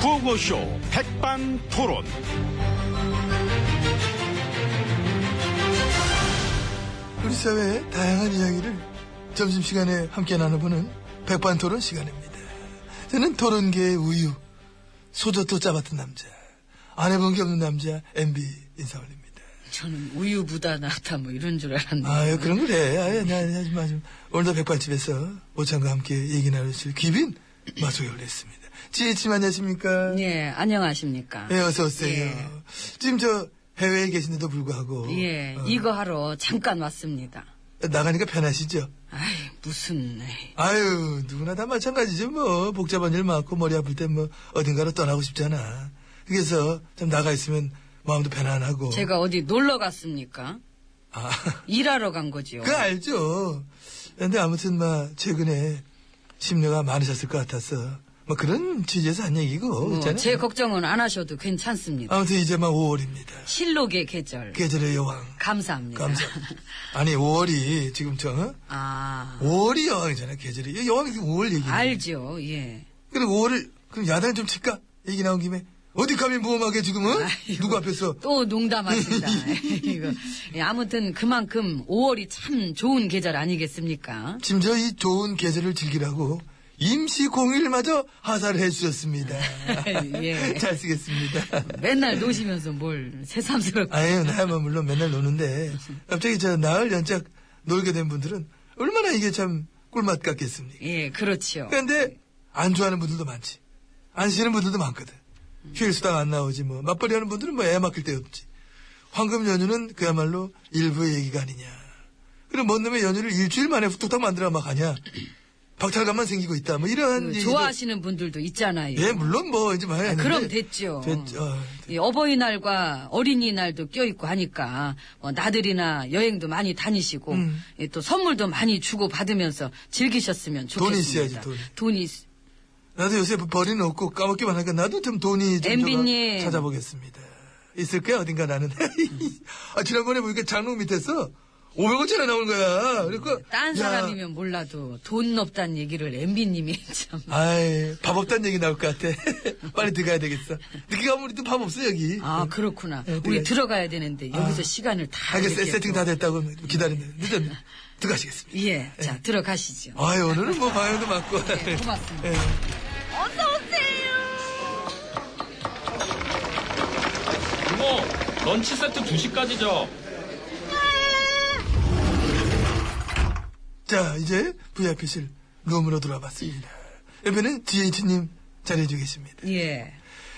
구호쇼 백반토론. 우리 사회의 다양한 이야기를 점심시간에 함께 나눠보는 백반토론 시간입니다. 저는 토론계의 우유, 소저토 짜봤던 남자, 안 해본 게 없는 남자 MB 인사올입니다. 저는 우유부다 나다 뭐 이런 줄 알았는데. 아유 그런 걸 해. 아유 나 하지 마 좀. 오늘도 백반집에서 모창과 함께 얘기 나누실 귀빈 마소에 올렸습니다. 지혜치님 안녕하십니까? 예, 안녕하십니까. 예, 어서 오세요. 예. 지금 저 해외에 계신데도 불구하고 예, 어, 이거 하러 잠깐 왔습니다. 나가니까 편하시죠? 아이, 무슨. 아유, 누구나 다 마찬가지죠, 뭐. 복잡한 일 많고, 머리 아플 땐 뭐, 어딘가로 떠나고 싶잖아. 그래서, 좀 나가 있으면, 마음도 편안하고. 제가 어디 놀러 갔습니까? 아, 일하러 간 거지요. 그거 아, 알죠. 근데 아무튼, 막, 최근에, 심려가 많으셨을 것 같아서, 뭐, 그런 취지에서 한 얘기고, 뭐, 있잖아요. 어. 제 걱정은 안 하셔도 괜찮습니다. 아무튼, 이제 막 5월입니다. 실록의 계절. 계절의 여왕. 감사합니다. 감사. 아니, 5월이, 지금 저, 어? 아, 5월이 여왕이잖아, 계절이. 여왕이 5월 얘기. 알죠, 예. 그리고 5월을 그럼 야단을 좀 칠까? 얘기 나온 김에 어디 가면 무험하게 지금은 누구 앞에서 또 농담하신다. 이거. 예, 아무튼 그만큼 5월이 참 좋은 계절 아니겠습니까? 심지어 이 좋은 계절을 즐기라고 임시 공휴일마저 하사를 해주셨습니다. 예. 잘 쓰겠습니다. 맨날 노시면서 뭘 새삼스럽게. 아유 나야만 뭐 물론 맨날 노는데 갑자기 저 나흘 연짝 놀게 된 분들은 얼마나 이게 참 꿀맛 같겠습니까? 예, 그렇지요. 그런데 안 좋아하는 분들도 많지. 안 쉬는 분들도 많거든. 휴일 수당 안 나오지 뭐 맞벌이 하는 분들은 뭐 애 맡길 데 없지. 황금 연휴는 그야말로 일부의 얘기가 아니냐. 그리고 뭔 놈의 연휴를 일주일 만에 후뚝딱 만들어 막 하냐. 박탈감만 생기고 있다. 뭐 이런 그 얘기도- 좋아하시는 분들도 있잖아요. 아, 예 물론 뭐 이제 많이 했는데 그럼 됐죠. 예. 됐죠. 이 어버이날과 어린이날도 껴있고 하니까 뭐 나들이나 여행도 많이 다니시고 음. 예, 또 선물도 많이 주고 받으면서 즐기셨으면 돈이 좋겠습니다. 있어야지, 돈이. 돈이 있- 나도 요새 버리는 없고 까먹기만 하니까 나도 좀 돈이 좀 MB 저가 님. 찾아보겠습니다. 있을 거야 어딘가 나는. 아 지난번에 보니까 장롱 밑에서 500원짜리 나온 거야. 그러니까 예, 네, 딴 야, 사람이면 몰라도 돈 없다는 얘기를 엠비님이 참 아이, 밥 없다는 얘기 나올 것 같아. 빨리 들어가야 되겠어. 늦게 가면 우리 또 밥 없어, 여기. 아, 그렇구나. 예, 우리 들어가야지. 들어가야 되는데 여기서 시간을 다 아. 알겠어. 이렇게 세팅 또- 다 네. 됐다고 기다리네. 늦었네. 들어가시겠습니다. 예, 자 들어가시죠. 아유, 오늘은 뭐 방향도 맞고. 네, 고맙습니다. 예. 이모, 뭐, 런치 세트 2시까지죠. 자, 이제 VIP실 룸으로 돌아봤습니다 옆에는 GH님 잘해주고 계십니다. 예.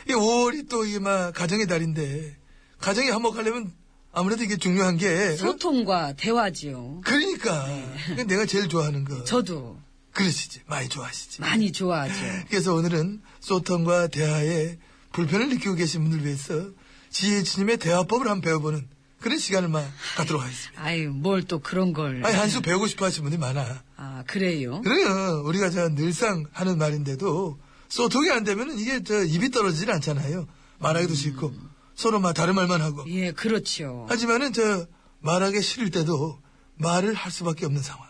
이 5월이 또 이게 막 가정의 달인데, 가정이 한몫하려면 아무래도 이게 중요한 게. 어? 소통과 대화지요. 그러니까. 그게 내가 제일 좋아하는 거. 저도 그러시지. 많이 좋아하시지. 많이 좋아하죠. 그래서 오늘은 소통과 대화에 불편을 느끼고 계신 분들 위해서 지혜치님의 대화법을 한번 배워보는 그런 시간을 막 갖도록 하겠습니다. 아유, 뭘 또 그런 걸. 아니, 한 수 배우고 싶어 하시는 분이 많아. 아, 그래요? 그래요. 우리가 저 늘상 하는 말인데도 소통이 안 되면 이게 저 입이 떨어지질 않잖아요. 음. 말하기도 싫고 서로 막 다른 말만 하고. 예, 그렇죠. 하지만은 저 말하기 싫을 때도 말을 할 수밖에 없는 상황.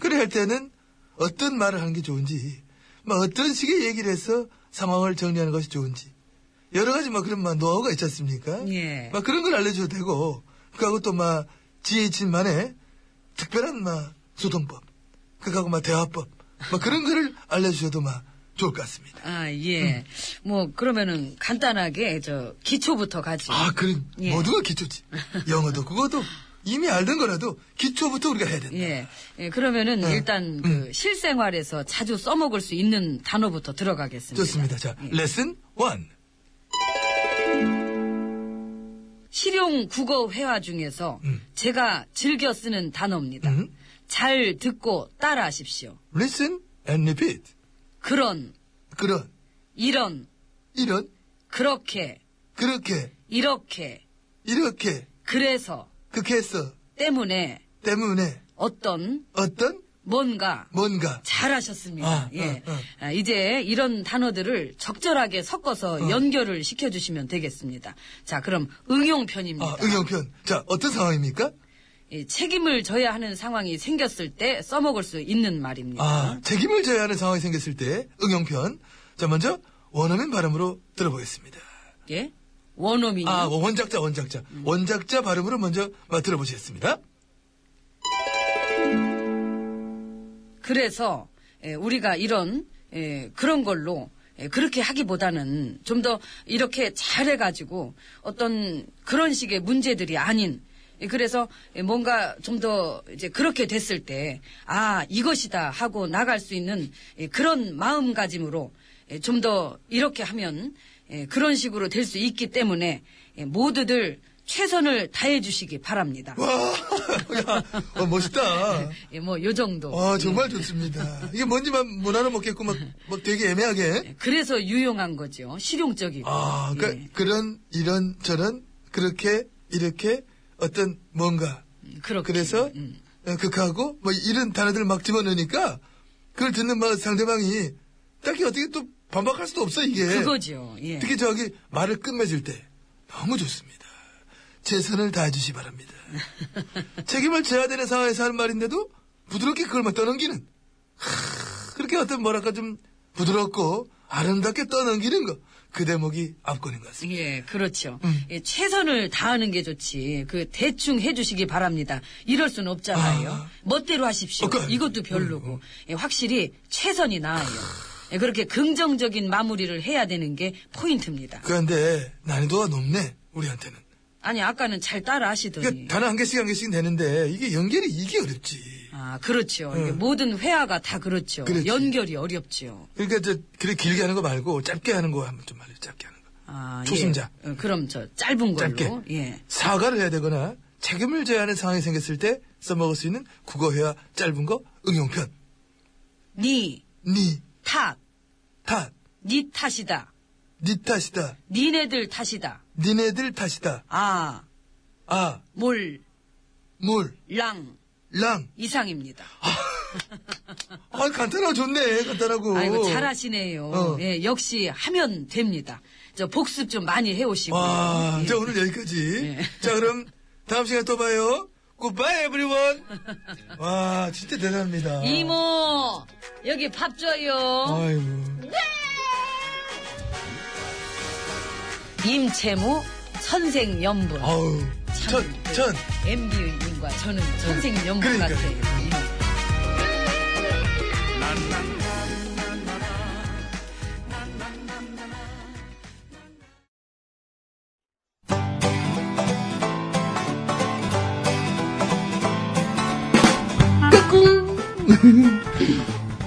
그래 할 때는 어떤 말을 하는 게 좋은지, 막 어떤 식의 얘기를 해서 상황을 정리하는 것이 좋은지 여러 가지 막 그런 막 노하우가 있지 않습니까? 예. 막 그런 걸 알려줘도 되고 그하고 또 막 지혜진만의 특별한 막 소통법, 그하고 막 대화법, 막 그런 거를 알려주셔도 막 좋을 것 같습니다. 아, 예. 뭐, 그러면은 간단하게, 저, 기초부터 가지. 아, 그래. 예. 모두가 기초지. 영어도 그거도 이미 알던 거라도 기초부터 우리가 해야 된다. 예. 예, 그러면은 네. 일단 음. 그 실생활에서 자주 써먹을 수 있는 단어부터 음. 들어가겠습니다. 좋습니다. 자, 예. 레슨 원. 실용 국어 회화 중에서 제가 즐겨 쓰는 단어입니다. 음. 잘 듣고 따라하십시오. Listen and repeat. 그런, 그런, 이런, 이런, 그렇게, 그렇게, 이렇게, 이렇게, 그래서, 그렇게 해서, 때문에, 때문에, 어떤, 어떤, 뭔가, 뭔가. 잘하셨습니다. 아, 예. 어, 어. 아, 이제 이런 단어들을 적절하게 섞어서 아. 연결을 시켜주시면 되겠습니다. 자, 그럼 응용편입니다. 아, 응용편. 자, 어떤 상황입니까? 예, 책임을 져야 하는 상황이 생겼을 때 써먹을 수 있는 말입니다. 아, 책임을 져야 하는 상황이 생겼을 때, 응용편. 자, 먼저, 원어민 발음으로 들어보겠습니다. 예? 원어민이요? 아, 원작자, 원작자. 원작자 발음으로 먼저 어, 들어보시겠습니다. 그래서 에, 우리가 이런 에, 그런 걸로 에, 그렇게 하기보다는 좀 더 이렇게 잘해가지고 어떤 그런 식의 문제들이 아닌 에, 그래서 에, 뭔가 좀 더 이제 그렇게 됐을 때 아 이것이다 하고 나갈 수 있는 에, 그런 마음가짐으로 예, 좀 더 이렇게 하면 에, 그런 식으로 될 수 있기 때문에 에, 모두들 최선을 다해 주시기 바랍니다. 와, 야, 어, 멋있다. 뭐 요 정도. 아, 정말 좋습니다. 이게 뭔지만 못 알아먹겠고, 막, 막 되게 애매하게. 그래서 유용한 거죠. 실용적이고. 아, 그, 예, 그런, 이런, 저런, 그렇게, 이렇게, 어떤, 뭔가. 그렇게. 그래서, 음. 어, 극하고, 뭐, 이런 단어들 막 집어넣으니까, 그걸 듣는 막 상대방이, 딱히 어떻게 또 반박할 수도 없어, 이게. 그거죠. 예. 특히 저기, 말을 끝맺을 때, 너무 좋습니다. 최선을 다해주시 바랍니다. 책임을 져야 되는 상황에서 하는 말인데도, 부드럽게 그걸 막 떠넘기는. 하, 그렇게 어떤 뭐랄까 좀, 부드럽고, 아름답게 떠넘기는 거. 그 대목이 압권인 것 같습니다. 예, 그렇죠. 음. 예, 최선을 다하는 게 좋지. 그 대충 해주시기 바랍니다. 이럴 순 없잖아요. 아. 멋대로 하십시오. 어, 음. 그- 이것도 별로고. 예, 확실히 최선이 나아요. 예, 그렇게 긍정적인 마무리를 해야 되는 게 포인트입니다. 그런데, 난이도가 높네, 우리한테는. 아니 아까는 잘 따라 하시더니. 그러니까 단어 한 개씩 한 개씩 되는데 이게 연결이 이게 어렵지. 아, 그렇죠. 이게 응. 모든 회화가 다 그렇죠. 음. 그렇지. 연결이 어렵죠. 그러니까 저 그래 길게 하는 거 말고 짧게 하는 거 한번 좀 말해. 짧게 하는 거. 아, 예. 초심자. 어, 그럼 저 짧은 걸로. 짧게. 예. 사과를 해야 되거나 책임을 져야 하는 상황이 생겼을 때 써먹을 수 있는 국어 회화 짧은 거 응용편. 니 니 탓. 탓, 니 탓이다. 니 탓이다, 니네들 탓이다. 니네들 탓이다. 아, 아, 몰, 몰, 랑, 랑. 이상입니다. 어. 아 간단하고 좋네. 간단하고. 아이고, 잘하시네요. 어. 예, 역시 하면 됩니다. 저 복습 좀 많이 해오시고. 와, 예. 자 오늘 여기까지. 예. 자 그럼 다음 시간에 또 봐요. 굿바이 에브리원. 와 진짜 대단합니다. 예. 이모, 여기 밥 줘요. 어. 아이고. 임채무, 선생연분. 아우, 어, 참, 천, 그 천. MB님과 저는 선생연분 그러니까요. 같아요. 예.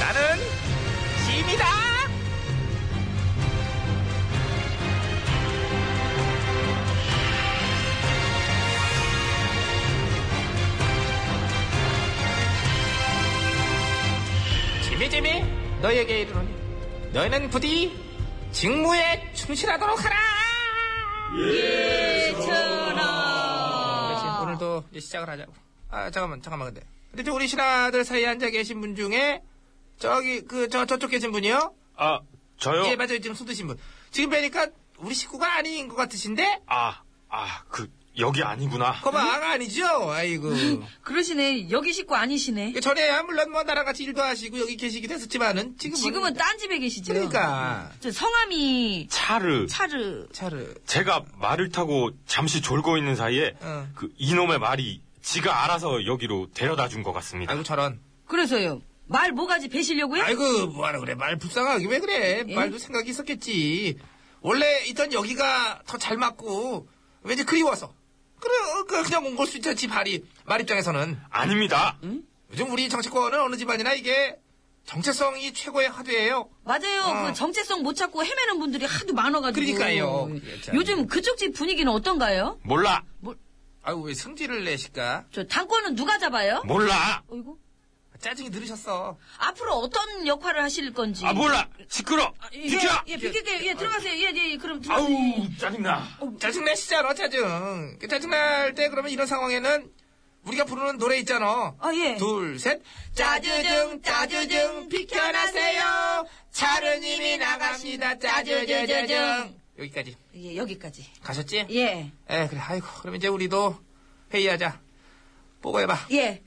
나는 짐이다. 지미 지미 너에게 이르노니 너희는 부디 직무에 충실하도록 하라. 그렇지 아. 오늘도 이제 시작을 하자고. 아 잠깐만 잠깐만 근데 근데 저 우리 신하들 사이에 앉아 계신 분 중에 저기 그 저 저쪽 계신 분이요? 아, 저요? 예 맞아요 지금 숨드신 분. 지금 뵈니까 우리 식구가 아닌 것 같으신데? 아, 아, 그, 여기 아니구나. 거봐 아가 아니죠? 아이고. 그러시네. 여기 식구 아니시네. 전에야 물론 뭐 나랑 같이 일도 하시고 여기 계시기도 했었지만은 지금은 지금은 딴 집에 계시죠. 그러니까 저 성함이 차를. 차르 차를 제가 말을 타고 잠시 졸고 있는 사이에 어. 그 이놈의 말이 지가 알아서 여기로 데려다 준 것 같습니다. 아이고 저런. 그래서요. 말 뭐가지 배시려고요? 아이고 뭐하러 그래 말 불쌍하게 왜 그래 예. 말도 생각이 있었겠지 원래 있던 여기가 더 잘 맞고 왠지 그리워서 그래 어, 그- 그냥 온 걸 수 있지 발이 말 입장에서는 아닙니다. 요즘 우리 정치권은 어느 집안이나 이게 정체성이 최고의 화두예요 맞아요. 어. 그 정체성 못 찾고 헤매는 분들이 하도 많아가지고. 그러니까요. 그게 참. 요즘 그쪽 집 분위기는 어떤가요? 몰라. 아유 왜 성질을 내실까 저 당권은 누가 잡아요? 몰라. 뭐? 어이구. 짜증이 늘으셨어 앞으로 어떤 역할을 하실 건지. 아 몰라. 시끄러. 아, 예, 비켜. 예, 비킬게요. 예, 들어가세요. 예, 예, 그럼 아우 들어가세요. 짜증나. 짜증 내시잖아 짜증 그 짜증 날 때 그러면 이런 상황에는 우리가 부르는 노래 있잖아 아, 예. 둘셋 짜주중 짜주중 비켜나세요 차는 이미 나갑니다 짜주주주중 여기까지 예, 여기까지. 가셨지? 예, 에 그래 아이고 그럼 이제 우리도 회의하자 보고해봐 예.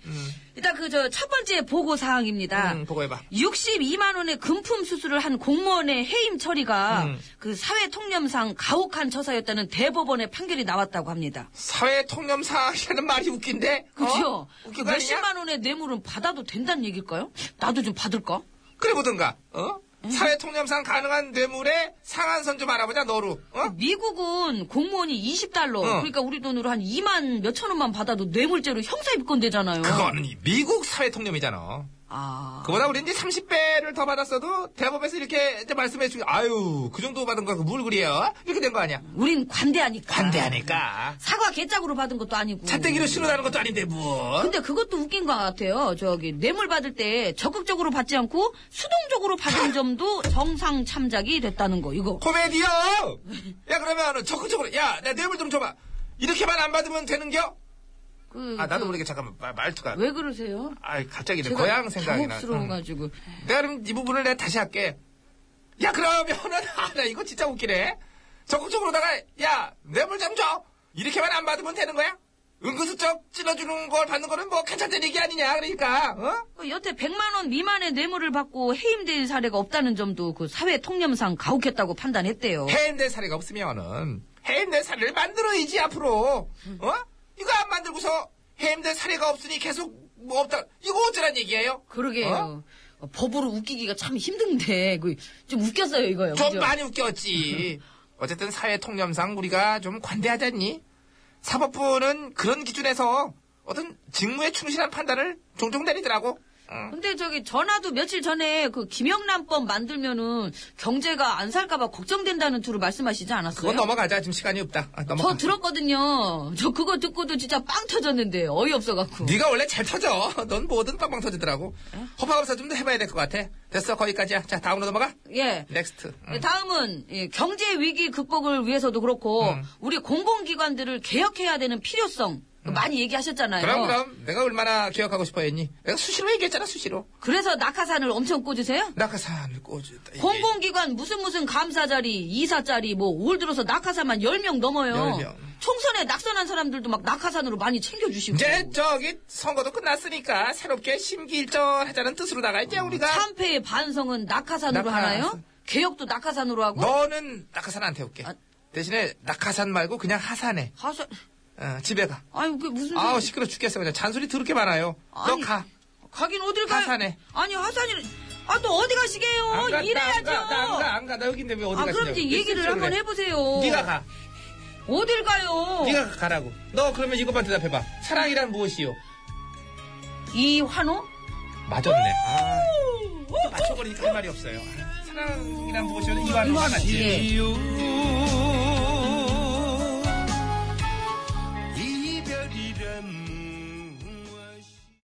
일단 그 저 첫 번째 보고 사항입니다. 음, 보고해봐 62만 원의 금품 수수를 한 공무원의 해임 처리가 음. 그 사회 통념상 가혹한 처사였다는 대법원의 판결이 나왔다고 합니다. 사회 통념 사항이라는 말이 웃긴데 어? 그죠? 그 웃긴 거 아니냐? 몇십만 원의 뇌물은 받아도 된다는 얘기일까요? 나도 좀 받을까? 그래 보든가 어? 예. 사회 통념상 가능한 뇌물의 상한선 좀 알아보자 너로 어? 미국은 공무원이 20달러, 그러니까 우리 돈으로 한 2만 몇천 원만 받아도 뇌물죄로 형사 입건되잖아요. 그거는 이 미국 사회 통념이잖아 아. 그보다 우리 이제 30배를 더 받았어도 대법에서 이렇게 이제 말씀해 주고 아유 그 정도 받은 거야 물 그래요 이렇게 된 거 아니야 우린 관대하니까. 관대하니까 사과 개짝으로 받은 것도 아니고. 차떼기로 신호하는 것도 아닌데 뭐 근데 그것도 웃긴 것 같아요. 저기 뇌물 받을 때 적극적으로 받지 않고 수동적으로 받은 점도 정상 참작이 됐다는 거. 이거 코미디요 야 그러면 적극적으로 야내 뇌물 좀 줘봐 이렇게만 안 받으면 되는겨 그, 아 나도 모르게 잠깐만 마- 말투가 왜 그러세요? 아 갑자기 내 제가 고향 생각이 음. 나 응. 당혹스러워가지고 내가 그럼 이 부분을 내가 다시 할게 야 그러면은 아나 이거 진짜 웃기네 적극적으로다가 야 뇌물 좀줘 이렇게만 안 받으면 되는 거야 은근슬쩍 찔러주는 걸 받는 거는 뭐 괜찮은 얘기 아니냐 그러니까 어? 그 여태 100만 원 미만의 뇌물을 받고 해임된 사례가 없다는 점도 그 사회 통념상 가혹했다고 판단했대요. 해임된 사례가 없으면은 해임된 사례를 만들어야지 앞으로 어 이거 안 만들고서 해임된 사례가 없으니 계속 뭐 없다 이거 어쩌란 얘기예요 그러게요. 어, 법으로 웃기기가 참 힘든데 그 좀 웃겼어요 이거요. 좀 그죠? 많이 웃겼지 어쨌든 사회 통념상 우리가 좀 관대하잖니 사법부는 그런 기준에서 어떤 직무에 충실한 판단을 종종 내리더라고 어. 응. 근데 저기 전화도 며칠 전에 그 김영란법 만들면은 경제가 안 살까봐 걱정된다는 투로 말씀하시지 않았어요? 그건 넘어가자 지금 시간이 없다 아, 넘어가 저 들었거든요. 저 그거 듣고도 진짜 빵 터졌는데 어이없어갖고. 네가 원래 잘 터져 넌 뭐든 빵빵 터지더라고 네? 허파검사 좀 더 해봐야 될 것 같아 됐어 거기까지야 자 다음으로 넘어가 예. 넥스트 응. 다음은 예, 경제 위기 극복을 위해서도 그렇고 음. 우리 공공기관들을 개혁해야 되는 필요성 많이 얘기하셨잖아요. 음. 그럼 그럼 내가 얼마나 기억하고 싶어 했니? 내가 수시로 얘기했잖아 수시로 래서 낙하산을 엄청 꽂으세요? 낙하산을 꽂았다 이게 공공기관 무슨 무슨 감사 자리, 이사 자리 뭐 올 들어서 낙하산만 10명 넘어요. 열 명. 총선에 낙선한 사람들도 막 낙하산으로 많이 챙겨주시고. 이제 저기 선거도 끝났으니까 새롭게 심기일전하자는 뜻으로다가 이제 우리가 어, 참패의 반성은 낙하산으로 낙하산. 하나요? 개혁도 낙하산으로 하고? 너는 낙하산 안 태울게 아. 대신에 낙하산 말고 그냥 하산해 하산. 어, 집에 가 아유 그게 무슨 아우 소리- 시끄러 죽겠어 그냥 잔소리 더럽게 많아요 아니, 너가 가긴 어딜 가요? 하산해. 아니 하산이 아또 어디 가시게요? 일해야죠. 나안가나 여긴데 왜 어디 아 가시냐고 그럼 이제 얘기를 실수를 한번 해. 해보세요. 네가 가 어딜 가요? 네가 가라고 너 그러면 이것만 대답해봐 사랑이란 무엇이요? 이환호? 맞았네. 아, 또 맞춰버리니까 할 말이 없어요. 아, 사랑이란 무엇이든 이완 하나 예. 지